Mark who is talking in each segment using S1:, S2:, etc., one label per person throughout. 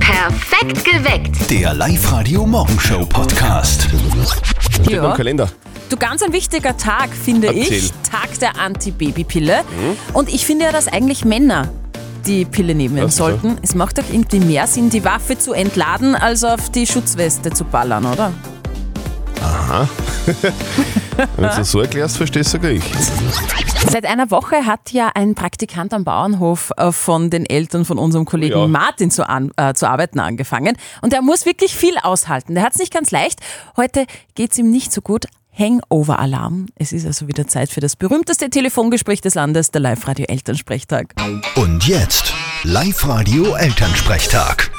S1: Perfekt geweckt.
S2: Der Live-Radio-Morgenshow-Podcast.
S3: Steht
S4: Ah.
S3: noch im Kalender.
S4: Du, ganz ein wichtiger Tag, finde
S3: Erzähl. Mhm.
S4: ich. Tag der Antibabypille. Und ich finde ja, dass eigentlich Männer die Pille nehmen
S3: Ach so.
S4: sollten. Es macht doch irgendwie mehr Sinn, die Waffe zu entladen, als auf die Schutzweste zu ballern, oder?
S3: Wenn du es so erklärst, verstehst sogar ich.
S4: Seit einer Woche hat ja ein Praktikant am Bauernhof äh, von den Eltern von unserem Kollegen
S3: Ja.
S4: Martin zu, an, äh, zu arbeiten angefangen. Und er muss wirklich viel aushalten. Der hat es nicht ganz leicht. Heute geht es ihm nicht so gut. Hangover-Alarm. Es ist also wieder Zeit für das berühmteste Telefongespräch des Landes, der Live-Radio-Elternsprechtag.
S2: Und jetzt Live-Radio-Elternsprechtag.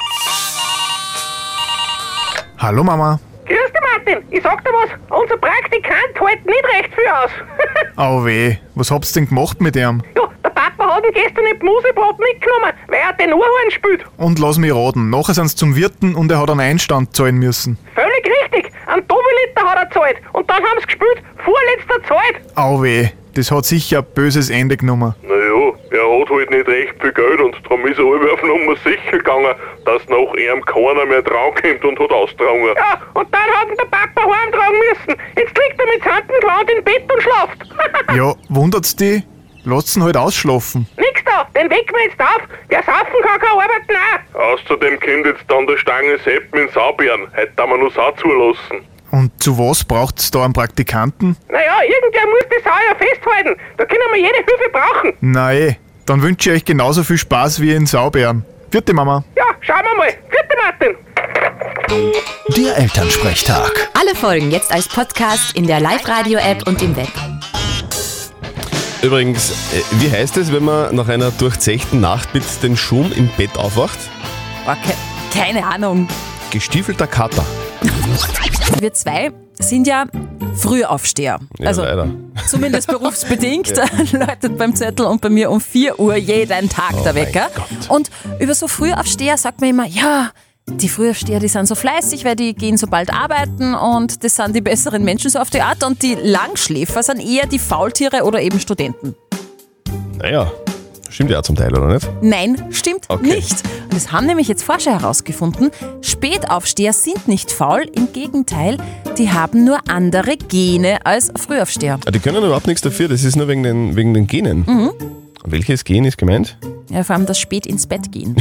S5: Hallo Mama.
S6: Grüß dich, Martin. Ich sag dir was, unser Praktikant hält nicht recht viel aus.
S5: Au weh, was habt's denn gemacht mit ihm?
S6: ja, der Papa hat ihn gestern im Musikprobe mitgenommen, weil er den Ohrhorn spielt.
S5: Und lass mich raten, nachher sind's zum Wirten und er hat einen Einstand zahlen müssen.
S6: Völlig richtig. Ein Doppelliter hat er gezahlt. Und dann haben sie gespielt, vorletzter Zeit.
S5: Au weh, das hat sicher ein böses Ende genommen.
S7: Naja, er hat halt nicht recht viel Geld und darum ist er alle auf Nummer sicher gegangen, dass nach ihm keiner mehr draufkommt und hat ausgetragen.
S6: Ja, und dann hat ihn der Papa heimtragen müssen. Jetzt liegt er mit Sandenklaut im Bett und schlaft.
S5: Ja, wundert's dich? Lass ihn halt ausschlafen.
S6: Nix da, den wecken wir jetzt auf. Wer saufen kann, kann arbeiten auch.
S7: Außerdem kommt jetzt dann der Stange Sepp mit Saubeeren. Heute darf man nur Sau zulassen.
S5: Und zu was braucht's da einen Praktikanten?
S6: Naja, irgendwer muss die Sau ja festhalten. Da können wir jede Hilfe brauchen.
S5: Nein, eh, dann wünsche ich euch genauso viel Spaß wie in Saubären. Vierte Mama.
S6: Ja, schauen wir mal. Vierte Martin.
S2: Der Elternsprechtag.
S8: Alle Folgen jetzt als Podcast in der Live-Radio-App und im Web.
S3: Übrigens, äh, wie heißt es, wenn man nach einer durchzechten Nacht mit dem Schum im Bett aufwacht?
S4: Boah, ke keine Ahnung.
S3: Gestiefelter Kater.
S4: Wir zwei sind ja Frühaufsteher. Also
S3: Ja, leider.
S4: Zumindest berufsbedingt. Läutet beim Zettel und bei mir um 4 Uhr jeden Tag der Wecker.
S3: Oh Gott.
S4: Und über so Frühaufsteher sagt man immer, ja, die Frühaufsteher, die sind so fleißig, weil die gehen so bald arbeiten und das sind die besseren Menschen so auf die Art. Und die Langschläfer sind eher die Faultiere oder eben Studenten.
S3: Naja, stimmt ja auch zum Teil, oder nicht?
S4: Nein, stimmt
S3: Okay.
S4: nicht. Und das haben nämlich jetzt Forscher herausgefunden. Spätaufsteher sind nicht faul, im Gegenteil, die haben nur andere Gene als Frühaufsteher.
S3: Ah, Die können überhaupt nichts dafür, das ist nur wegen den, wegen den Genen. Welches Gen ist gemeint?
S4: Ja, vor allem das spät ins Bett gehen.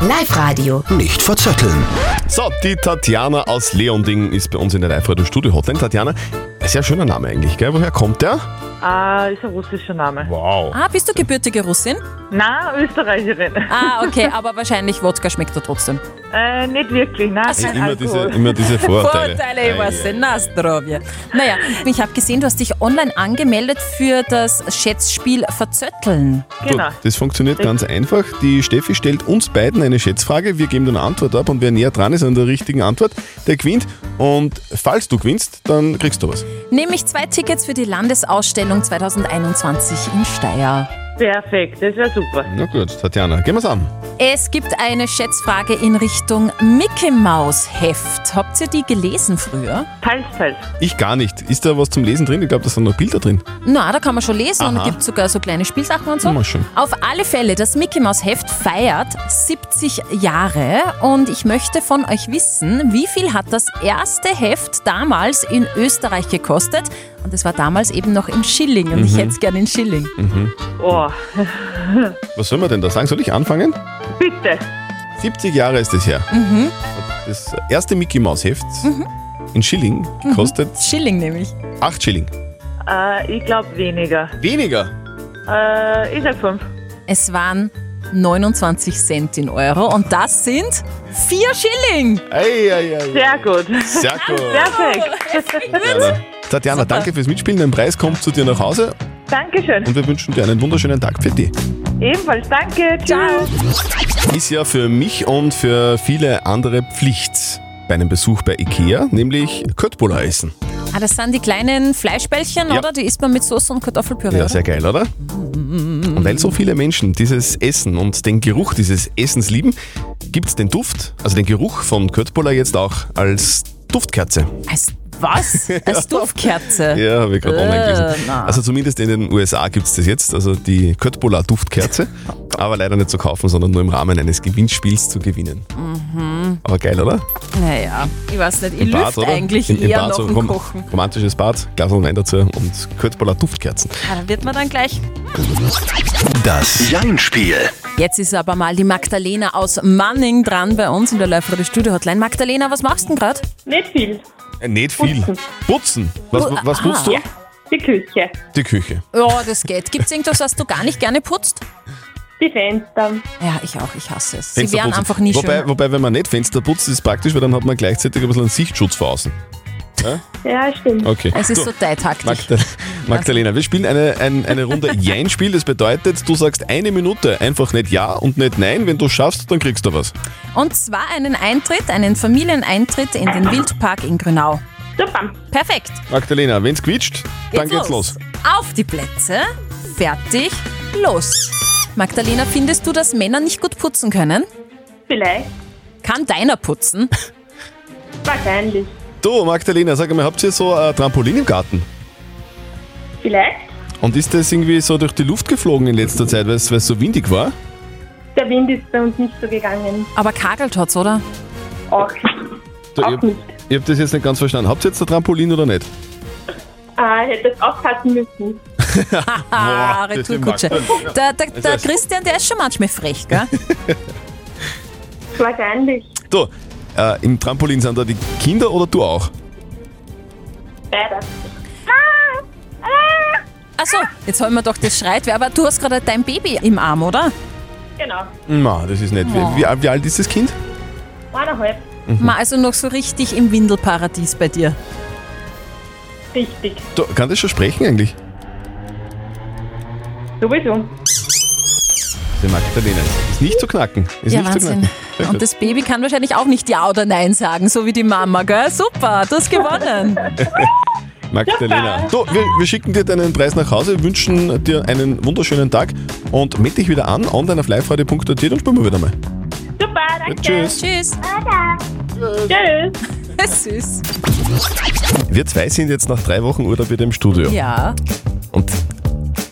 S8: Live-Radio.
S2: Nicht verzetteln.
S3: So, die Tatjana aus Leonding ist bei uns in der Live-Radio-Studio-Hotline. Tatjana, ein sehr schöner Name eigentlich, gell? Woher kommt der?
S9: Ah, ist ein russischer Name.
S3: Wow.
S4: Ah, bist du gebürtige Russin?
S9: Na, Österreicherin.
S4: Ah, okay, aber wahrscheinlich Wodka schmeckt er trotzdem.
S9: Äh, nicht wirklich, na, kein
S3: Immer diese,
S9: Alkohol.
S3: immer diese Vorurteile.
S4: Vorteile über
S3: Ei,
S4: Senastrovje. Naja, ich habe gesehen, du hast dich online angemeldet für das Schätzspiel Verzötteln.
S3: Du,
S9: Genau.
S3: Das funktioniert ganz einfach. Die Steffi stellt uns beiden eine Schätzfrage, wir geben dann eine Antwort ab und wer näher dran ist an der richtigen Antwort, der gewinnt. Und falls du gewinnst, dann kriegst du was.
S4: Nämlich zwei Tickets für die Landesausstellung 2021 in Steyr.
S9: Perfekt, das wäre super.
S3: Na gut, Tatjana, gehen wir's an.
S4: Es gibt eine Schätzfrage in Richtung Mickey Maus Heft. Habt ihr die gelesen früher?
S9: Teils, teils.
S3: Ich gar nicht. Ist da was zum Lesen drin? Ich glaube, da sind noch Bilder drin.
S4: Na, da kann man schon lesen und
S3: Aha.
S4: es gibt sogar so kleine Spielsachen und so.
S3: Mal schön.
S4: Auf alle Fälle, das Mickey Maus Heft feiert 70 Jahre und ich möchte von euch wissen, wie viel hat das erste Heft damals in Österreich gekostet? Und es war damals eben noch im Schilling und
S3: Mhm.
S4: ich hätte es gerne in Schilling.
S9: Oh,
S3: Was soll man denn da sagen? Soll ich anfangen?
S9: bitte.
S3: 70 Jahre ist es her. Das erste Mickey Maus Heft in Schilling kostet
S4: Schilling nämlich.
S3: 8 Schilling.
S9: Äh, ich glaube weniger.
S3: Weniger.
S9: Äh, ich sag fünf.
S4: Es waren 29 Cent in Euro und das sind 4 Schilling.
S3: Ei, ei, ei.
S9: Sehr gut.
S3: Sehr gut.
S9: Perfekt.
S3: Tatjana. Tatjana, danke fürs Mitspielen. Dein Preis kommt zu dir nach Hause
S9: Dankeschön.
S3: und wir wünschen dir einen wunderschönen Tag für dich.
S9: Ebenfalls danke. Tschüss.
S3: Ist ja für mich und für viele andere Pflicht bei einem Besuch bei Ikea, nämlich Köttbullar essen.
S4: Ah, das sind die kleinen Fleischbällchen,
S3: Ja.
S4: oder? Die isst man mit Soße und Kartoffelpüree.
S3: Ja,
S4: oder?
S3: sehr geil, oder? Und weil so viele Menschen dieses Essen und den Geruch dieses Essens lieben, gibt es den Duft, also den Geruch von Köttbullar jetzt auch als Duftkerze.
S4: Als was? Als Duftkerze.
S3: Ja, habe ich gerade online
S4: Äh,
S3: gelesen.
S4: na.
S3: Also zumindest in den USA gibt es das jetzt, also die Köttbullar-Duftkerze. aber leider nicht zu kaufen, sondern nur im Rahmen eines Gewinnspiels zu gewinnen.
S4: Mhm.
S3: Aber geil, oder?
S4: Naja, ich weiß nicht, ich
S3: Im
S4: lüfte eigentlich
S3: Im- im
S4: eher
S3: Bad,
S4: noch
S3: so
S4: ein
S3: rom-
S4: Kochen.
S3: Romantisches Bad, Glas Wein dazu und Kurzballer Duftkerzen.
S4: Ah, dann wird man dann gleich.
S2: Das Jein-Spiel.
S4: Jetzt ist aber mal die Magdalena aus Manning dran bei uns in der Live-Radio Studio Hotline. Magdalena, was machst du denn gerade?
S1: Nicht viel.
S3: Äh, Nicht viel. Putzen. Was,
S4: Pu-
S3: was
S4: aha.
S3: putzt du?
S4: Ja.
S1: Die Küche,
S3: Die Küche.
S4: Ja, das geht. Gibt's irgendwas, was du gar nicht gerne putzt?
S1: die Fenster.
S4: Ja, ich auch, ich hasse es. Sie
S3: Fenster
S4: wären
S3: putzen.
S4: einfach nie
S3: wobei,
S4: schön.
S3: wobei, wenn man nicht Fenster putzt, ist es praktisch, weil dann hat man gleichzeitig ein bisschen einen Sichtschutz vor außen.
S1: Ja, stimmt.
S3: Okay.
S4: Es ist so teitaktisch.
S3: Magda Magdalena, wir spielen eine, ein, eine Runde Jein-Spiel. Das bedeutet, du sagst eine Minute einfach nicht Ja und nicht Nein. Wenn du schaffst, dann kriegst du was.
S4: Und zwar einen Eintritt, einen Familieneintritt in den Wildpark in Grünau.
S1: Super.
S4: Perfekt.
S3: Magdalena, wenn's quietscht, dann geht's los.
S4: Auf die Plätze, fertig, los. Magdalena, findest du, dass Männer nicht gut putzen können?
S1: Vielleicht.
S4: Kann deiner putzen?
S1: Wahrscheinlich.
S3: Du, Magdalena, sag mal, habt ihr so ein Trampolin im Garten?
S1: Vielleicht.
S3: Und ist das irgendwie so durch die Luft geflogen in letzter Zeit, weil es so windig war?
S1: Der Wind ist bei uns nicht so gegangen.
S4: Aber kagelt hat's, oder?
S1: Auch.
S3: Du,
S1: Auch
S3: ich,
S1: nicht.
S3: ich hab das jetzt nicht ganz verstanden. Habt ihr jetzt ein Trampolin oder nicht?
S1: Äh, hätte es aufpassen müssen.
S4: Ah,
S3: das ist die
S4: Retourkutsche.
S3: Magdalena.
S4: Der, der, der
S3: heißt-
S4: Christian, der ist schon manchmal frech, gell?
S1: Wahrscheinlich.
S3: Du, äh, im Trampolin sind da die Kinder oder du auch?
S1: Beides.
S4: Achso, Also, jetzt haben wir doch das Schreit. Aber du hast gerade dein Baby im Arm, oder?
S1: Genau.
S3: Na, das ist nicht. Wie, wie, alt- wie alt ist das Kind?
S1: Eineinhalb.
S3: Mhm.
S4: Ma, also noch so richtig im Windelparadies bei dir.
S1: Richtig.
S3: Du, kann das schon sprechen eigentlich?
S1: Sowieso.
S3: Die Magdalena ist nicht zu knacken. Ist
S4: Ja,
S3: nicht
S4: Wahnsinn.
S3: Sehr
S4: Und
S3: gut.
S4: das Baby kann wahrscheinlich auch nicht Ja oder Nein sagen, so wie die Mama, gell? Super, du hast gewonnen.
S3: Magdalena. Du, wir, wir schicken dir deinen Preis nach Hause, wünschen dir einen wunderschönen Tag und meld dich wieder an online auf liveradio.at, dann spielen wir wieder mal.
S1: Super, danke.
S3: Tschüss.
S4: Tschüss.
S1: Tschüss.
S4: Süß.
S3: Wir zwei sind jetzt nach drei Wochen Urlaub wieder im Studio.
S4: Ja.
S3: Und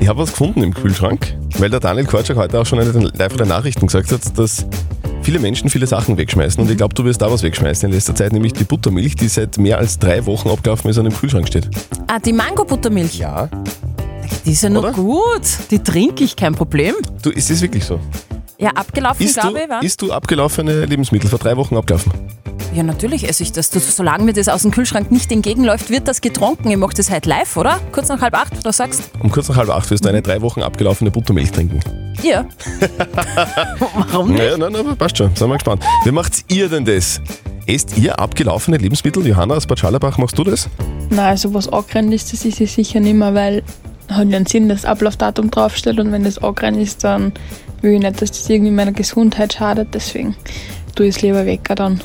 S3: ich habe was gefunden im Kühlschrank, weil der Daniel Korczak heute auch schon in den live der Nachrichten gesagt hat, dass viele Menschen viele Sachen wegschmeißen. Und ich glaube, du wirst da was wegschmeißen in letzter Zeit, nämlich die Buttermilch, die seit mehr als drei Wochen abgelaufen ist und im Kühlschrank steht.
S4: Ah, die Mango-Buttermilch.
S3: Ja.
S4: Die ist ja noch
S3: Oder?
S4: gut. Die trinke ich, kein Problem.
S3: Du, ist das wirklich so?
S4: Ja, abgelaufen,
S3: Isst du,
S4: glaube ich, war.
S3: isst du abgelaufene Lebensmittel, vor drei Wochen abgelaufen?
S4: Ja, natürlich esse ich das. das. Solange mir das aus dem Kühlschrank nicht entgegenläuft, wird das getrunken. Ihr macht das halt live, oder? Kurz nach halb acht, was sagst
S3: Um kurz nach halb acht wirst du eine drei Wochen abgelaufene Buttermilch trinken.
S4: du? Ja. Warum
S3: Naja, nein, nein, passt schon. Sind wir gespannt. Wie macht ihr denn das? Esst ihr abgelaufene Lebensmittel? Johanna aus Bad Schallerbach, machst du das?
S10: Nein, also was angerannt ist, das ist es sicher nicht mehr, weil hat ja einen Sinn, dass das Ablaufdatum draufsteht und wenn das angerannt ist, dann will ich nicht, dass das irgendwie meiner Gesundheit schadet, deswegen tue ich es lieber weg. auch Dann.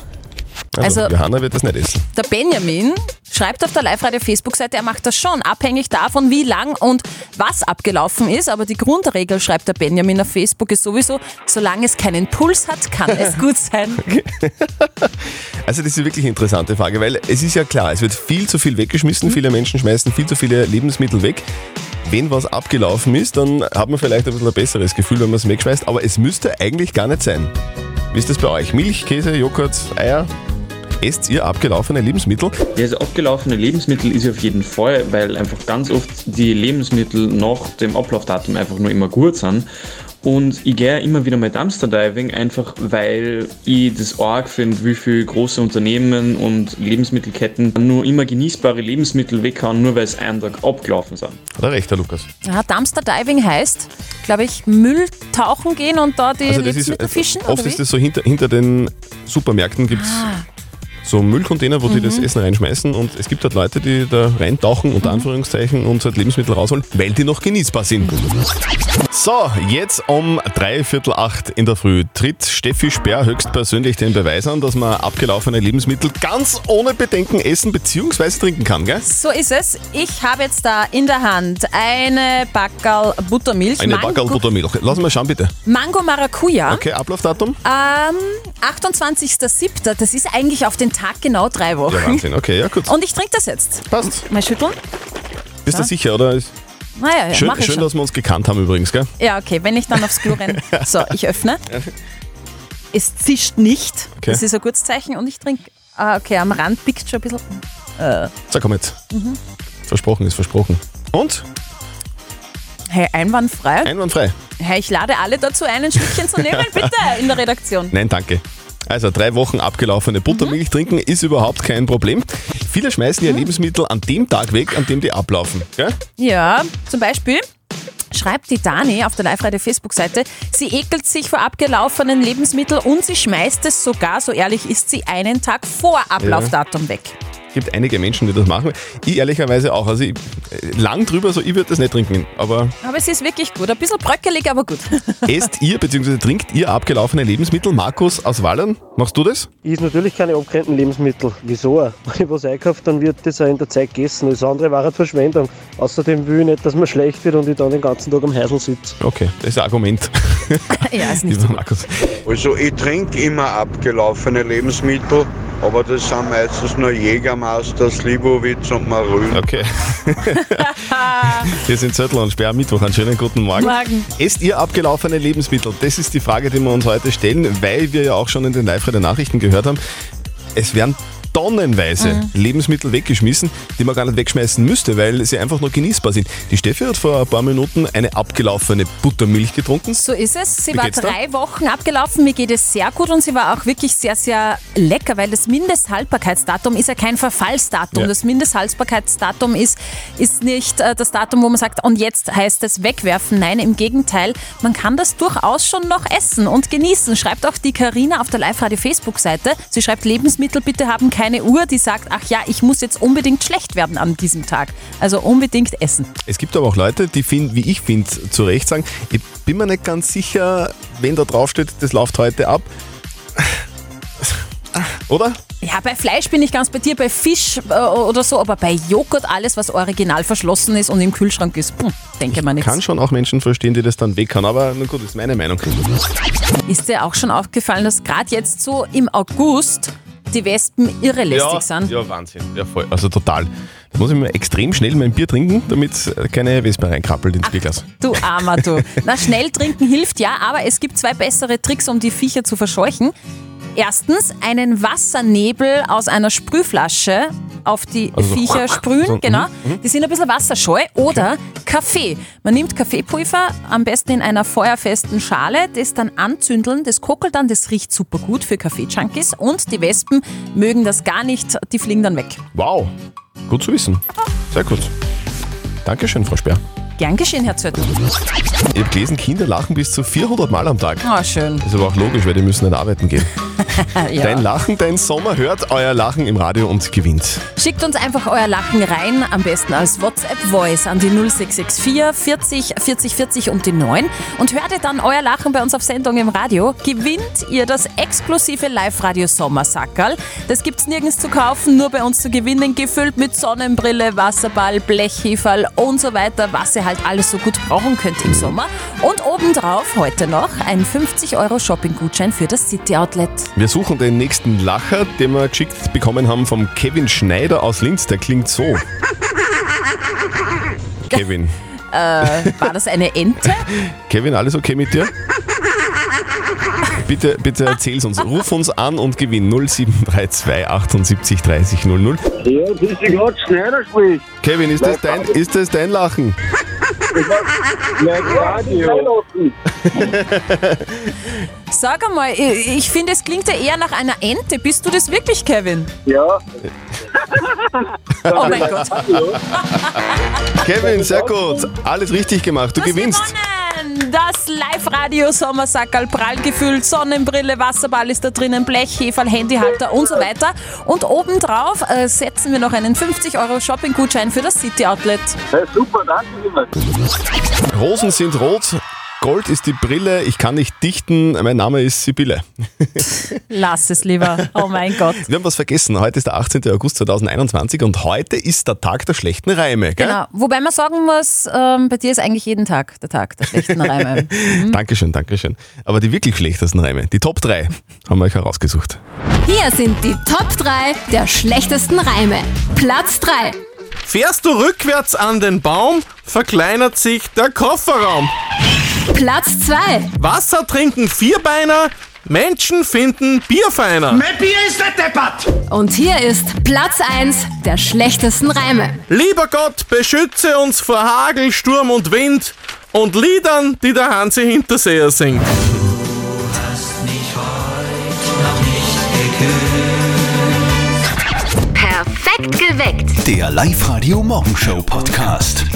S3: Also,
S4: Also-
S3: Johanna wird das nicht essen.
S4: Der Benjamin schreibt auf der Live-Radio-Facebook-Seite, er macht das schon, abhängig davon, wie lang und was abgelaufen ist. Aber die Grundregel, schreibt der Benjamin auf Facebook, ist sowieso, solange es keinen Puls hat, kann es gut sein.
S3: Also das ist wirklich eine interessante Frage, weil es ist ja klar, es wird viel zu viel weggeschmissen, viele Menschen schmeißen viel zu viele Lebensmittel weg. Wenn was abgelaufen ist, dann hat man vielleicht ein bisschen ein besseres Gefühl, wenn man es wegschmeißt, aber es müsste eigentlich gar nicht sein. Wie ist das bei euch? Milch, Käse, Joghurt, Eier? Esst ihr abgelaufene Lebensmittel?
S11: Ja, also abgelaufene Lebensmittel ist auf jeden Fall, weil einfach ganz oft die Lebensmittel nach dem Ablaufdatum einfach nur immer gut sind. Und ich gehe immer wieder mit Dumpster-Diving, einfach weil ich das arg finde, wie viele große Unternehmen und Lebensmittelketten nur immer genießbare Lebensmittel weghauen, nur weil es einen Tag abgelaufen sind.
S3: Hat er recht, Herr Lukas.
S4: Ja, Dumpster Diving heißt, glaube ich, Müll tauchen gehen und da die Lebensmittel fischen.
S3: oft
S4: oder
S3: Also ist
S4: wie? Ah.
S3: das so, hinter, hinter den Supermärkten gibt es so Müllcontainer, wo die
S4: Mhm.
S3: das Essen reinschmeißen und es gibt halt Leute, die da reintauchen, unter Anführungszeichen, und halt Lebensmittel rausholen, weil die noch genießbar sind. So, jetzt um drei Viertel acht in der Früh tritt Steffi Sperr höchstpersönlich den Beweis an, dass man abgelaufene Lebensmittel ganz ohne Bedenken essen bzw. trinken kann, gell?
S4: so ist es. Ich habe jetzt da in der Hand eine Backerl Buttermilch.
S3: Eine
S4: Mango-
S3: Backerl-Buttermilch. Lass mal schauen, bitte.
S4: Mango Maracuja.
S3: Okay, Ablaufdatum?
S4: Ähm, 28.07. Das ist eigentlich auf den Tag genau drei Wochen.
S3: Ja, Wahnsinn. Okay, ja, gut.
S4: Und ich trinke das jetzt.
S3: Passt.
S4: Mal schütteln.
S3: Bist du sicher, oder?
S4: Naja, ja,
S3: schön,
S4: mach ich
S3: schön
S4: schon.
S3: dass wir uns gekannt haben übrigens, gell?
S4: Ja, okay, wenn ich dann aufs Klo renne. So, ich öffne. Es zischt nicht.
S3: Okay.
S4: Das ist ein gutes Zeichen. Und ich trinke. Ah, okay, am Rand biegt schon ein bisschen. Äh.
S3: So, komm jetzt.
S4: Mhm.
S3: Versprochen ist versprochen. Und?
S4: Hey, einwandfrei.
S3: Einwandfrei.
S4: Hey, ich lade alle dazu ein, ein Stückchen zu nehmen, bitte, in der Redaktion.
S3: Nein, danke. Also drei Wochen abgelaufene Buttermilch
S4: Mhm.
S3: trinken ist überhaupt kein Problem. Viele schmeißen ihr Lebensmittel an dem Tag weg, an dem die ablaufen. Gell?
S4: Ja, zum Beispiel schreibt die Dani auf der Live-Radio-Facebook-Seite, sie ekelt sich vor abgelaufenen Lebensmitteln und sie schmeißt es sogar, so ehrlich ist sie, einen Tag vor Ablaufdatum weg.
S3: gibt einige Menschen, die das machen. Ich ehrlicherweise auch. Also ich, äh, lang drüber, so ich würde das nicht trinken. Aber
S4: Aber es ist wirklich gut. Ein bisschen bröckelig, aber gut.
S3: esst ihr bzw. trinkt ihr abgelaufene Lebensmittel? Markus aus Wallern, machst du das?
S12: Ich esse natürlich keine abgetrennten Lebensmittel. Wieso? auch? Wenn ich was einkaufe, dann wird das auch in der Zeit gegessen. Alles andere war halt Verschwendung. Außerdem will ich nicht, dass mir schlecht wird und ich dann den ganzen Tag am Heisel sitze.
S3: Okay, das ist ein Argument.
S4: ja, ist
S3: nicht Markus.
S13: Also ich trinke immer abgelaufene Lebensmittel, aber das sind meistens nur Jägermeister, Slivovitz und Marül.
S3: Okay. Wir sind Zettel und Sperr am Mittwoch. Einen schönen guten Morgen.
S4: Morgen.
S3: Esst ihr abgelaufene Lebensmittel? Das ist die Frage, die wir uns heute stellen, weil wir ja auch schon in den live der Nachrichten gehört haben. Es werden tonnenweise
S14: Mhm.
S3: Lebensmittel weggeschmissen, die man gar nicht wegschmeißen müsste, weil sie einfach nur genießbar sind. Die Steffi hat vor ein paar Minuten eine abgelaufene Buttermilch getrunken.
S4: So ist es. Sie
S3: Wie
S4: war
S3: geht's da?
S4: drei Wochen abgelaufen. Mir geht es sehr gut und sie war auch wirklich sehr, sehr lecker, weil das Mindesthaltbarkeitsdatum ist ja kein Verfallsdatum.
S3: Ja.
S4: Das Mindesthaltbarkeitsdatum ist, ist nicht äh, das Datum, wo man sagt, und jetzt heißt es wegwerfen. Nein, im Gegenteil, man kann das durchaus schon noch essen und genießen. Schreibt auch die Karina auf der Live-Radio-Facebook-Seite. Sie schreibt, Lebensmittel bitte haben keine Uhr, die sagt, ach ja, ich muss jetzt unbedingt schlecht werden an diesem Tag. Also unbedingt essen.
S3: Es gibt aber auch Leute, die finden, wie ich finde, zu Recht sagen, ich bin mir nicht ganz sicher, wenn da draufsteht, das läuft heute ab. Oder?
S4: Ja, bei Fleisch bin ich ganz bei dir, bei Fisch äh, oder so, aber bei Joghurt alles, was original verschlossen ist und im Kühlschrank ist, hm, denke mal nichts.
S3: Kann schon auch Menschen verstehen, die das dann weghauen, aber na gut, ist meine Meinung.
S4: Ist dir auch schon aufgefallen, dass gerade jetzt so im August die Wespen irre lästig
S3: ja,
S4: sind?
S3: Ja, Wahnsinn. Ja, voll. Also total. Da muss ich mir extrem schnell mein Bier trinken, damit äh, keine Wespe reinkrabbelt ins Bierglas.
S4: Du armer du. Na, schnell trinken hilft ja, aber es gibt zwei bessere Tricks, um die Viecher zu verscheuchen. Erstens, einen Wassernebel aus einer Sprühflasche auf die
S15: Also so
S4: Viecher sprühen.
S15: so, mhm,
S4: genau.
S15: mhm.
S4: Die sind ein bisschen wasserscheu. Oder Kaffee. Man nimmt Kaffeepulver, am besten in einer feuerfesten Schale, das dann anzündeln, das kokelt dann, das riecht super gut für Kaffee-Junkies. Und die Wespen mögen das gar nicht, die fliegen dann weg.
S3: Wow, gut zu wissen. Sehr gut. Dankeschön, Frau Sperr.
S4: Gern geschehen, Herr Zöttl.
S3: Ich habe gelesen, Kinder lachen bis zu 400 Mal am Tag.
S4: Oh, schön. Ah,
S3: Ist aber auch logisch, weil die müssen nicht arbeiten gehen.
S4: ja.
S3: Dein Lachen, dein Sommer hört euer Lachen im Radio und gewinnt.
S4: Schickt uns einfach euer Lachen rein, am besten als WhatsApp-Voice an die 0664 40 40 40 und die 9 und hört ihr dann euer Lachen bei uns auf Sendung im Radio, gewinnt ihr das exklusive Live-Radio-Sommersackerl. Das gibt's nirgends zu kaufen, nur bei uns zu gewinnen, gefüllt mit Sonnenbrille, Wasserball, Blechheferl und so weiter, was ihr halt alles so gut brauchen könnt im Sommer. Und obendrauf heute noch ein 50-Euro-Shopping-Gutschein für das City-Outlet.
S3: Wir suchen den nächsten Lacher, den wir geschickt bekommen haben vom Kevin Schneider aus Linz. Der klingt so. Kevin.
S4: Äh, war das eine Ente?
S3: Kevin, alles okay mit dir? Bitte, bitte erzähl's uns. Ruf uns an und gewinn 0732 78 30 00.
S16: Ja, das ist die Gott, Schneider spricht.
S3: Kevin, ist das dein, ist das dein Lachen?
S16: Mein Radio.
S4: Sag einmal, ich, ich finde, es klingt ja eher nach einer Ente. Bist du das wirklich, Kevin?
S16: Ja.
S4: Oh mein Gott.
S3: Kevin, sehr gut. Alles richtig gemacht. Du gewinnst.
S4: Das Live-Radio Sommersackerl, Prallgefühl, Sonnenbrille, Wasserball ist da drinnen, Blechheferl, Handyhalter und so weiter. Und obendrauf äh, setzen wir noch einen 50-Euro-Shopping-Gutschein für das City-Outlet.
S16: super, danke vielmals.
S3: Rosen sind rot, Gold ist die Brille, ich kann nicht dichten. Mein Name ist Sibylle.
S4: Lass es lieber. Oh mein Gott.
S3: Wir haben was vergessen. Heute ist der 18. August 2021 und heute ist der Tag der schlechten Reime. Gell?
S4: Genau. Wobei man sagen muss, ähm, bei dir ist eigentlich jeden Tag der Tag der schlechten Reime.
S3: Dankeschön, Dankeschön. Aber die wirklich schlechtesten Reime, die Top 3, haben wir euch herausgesucht.
S8: Hier sind die Top 3 der schlechtesten Reime. Platz 3.
S3: Fährst du rückwärts an den Baum, verkleinert sich der Kofferraum.
S8: Platz 2.
S3: Wasser trinken Vierbeiner, Menschen finden Bier feiner.
S8: Mein Bier ist der Deppert. Und hier ist Platz 1 der schlechtesten Reime.
S3: Lieber Gott, beschütze uns vor Hagel, Sturm und Wind und Liedern, die der Hansi Hinterseher singt.
S8: Perfekt geweckt.
S2: Der Live-Radio Morgenshow Podcast.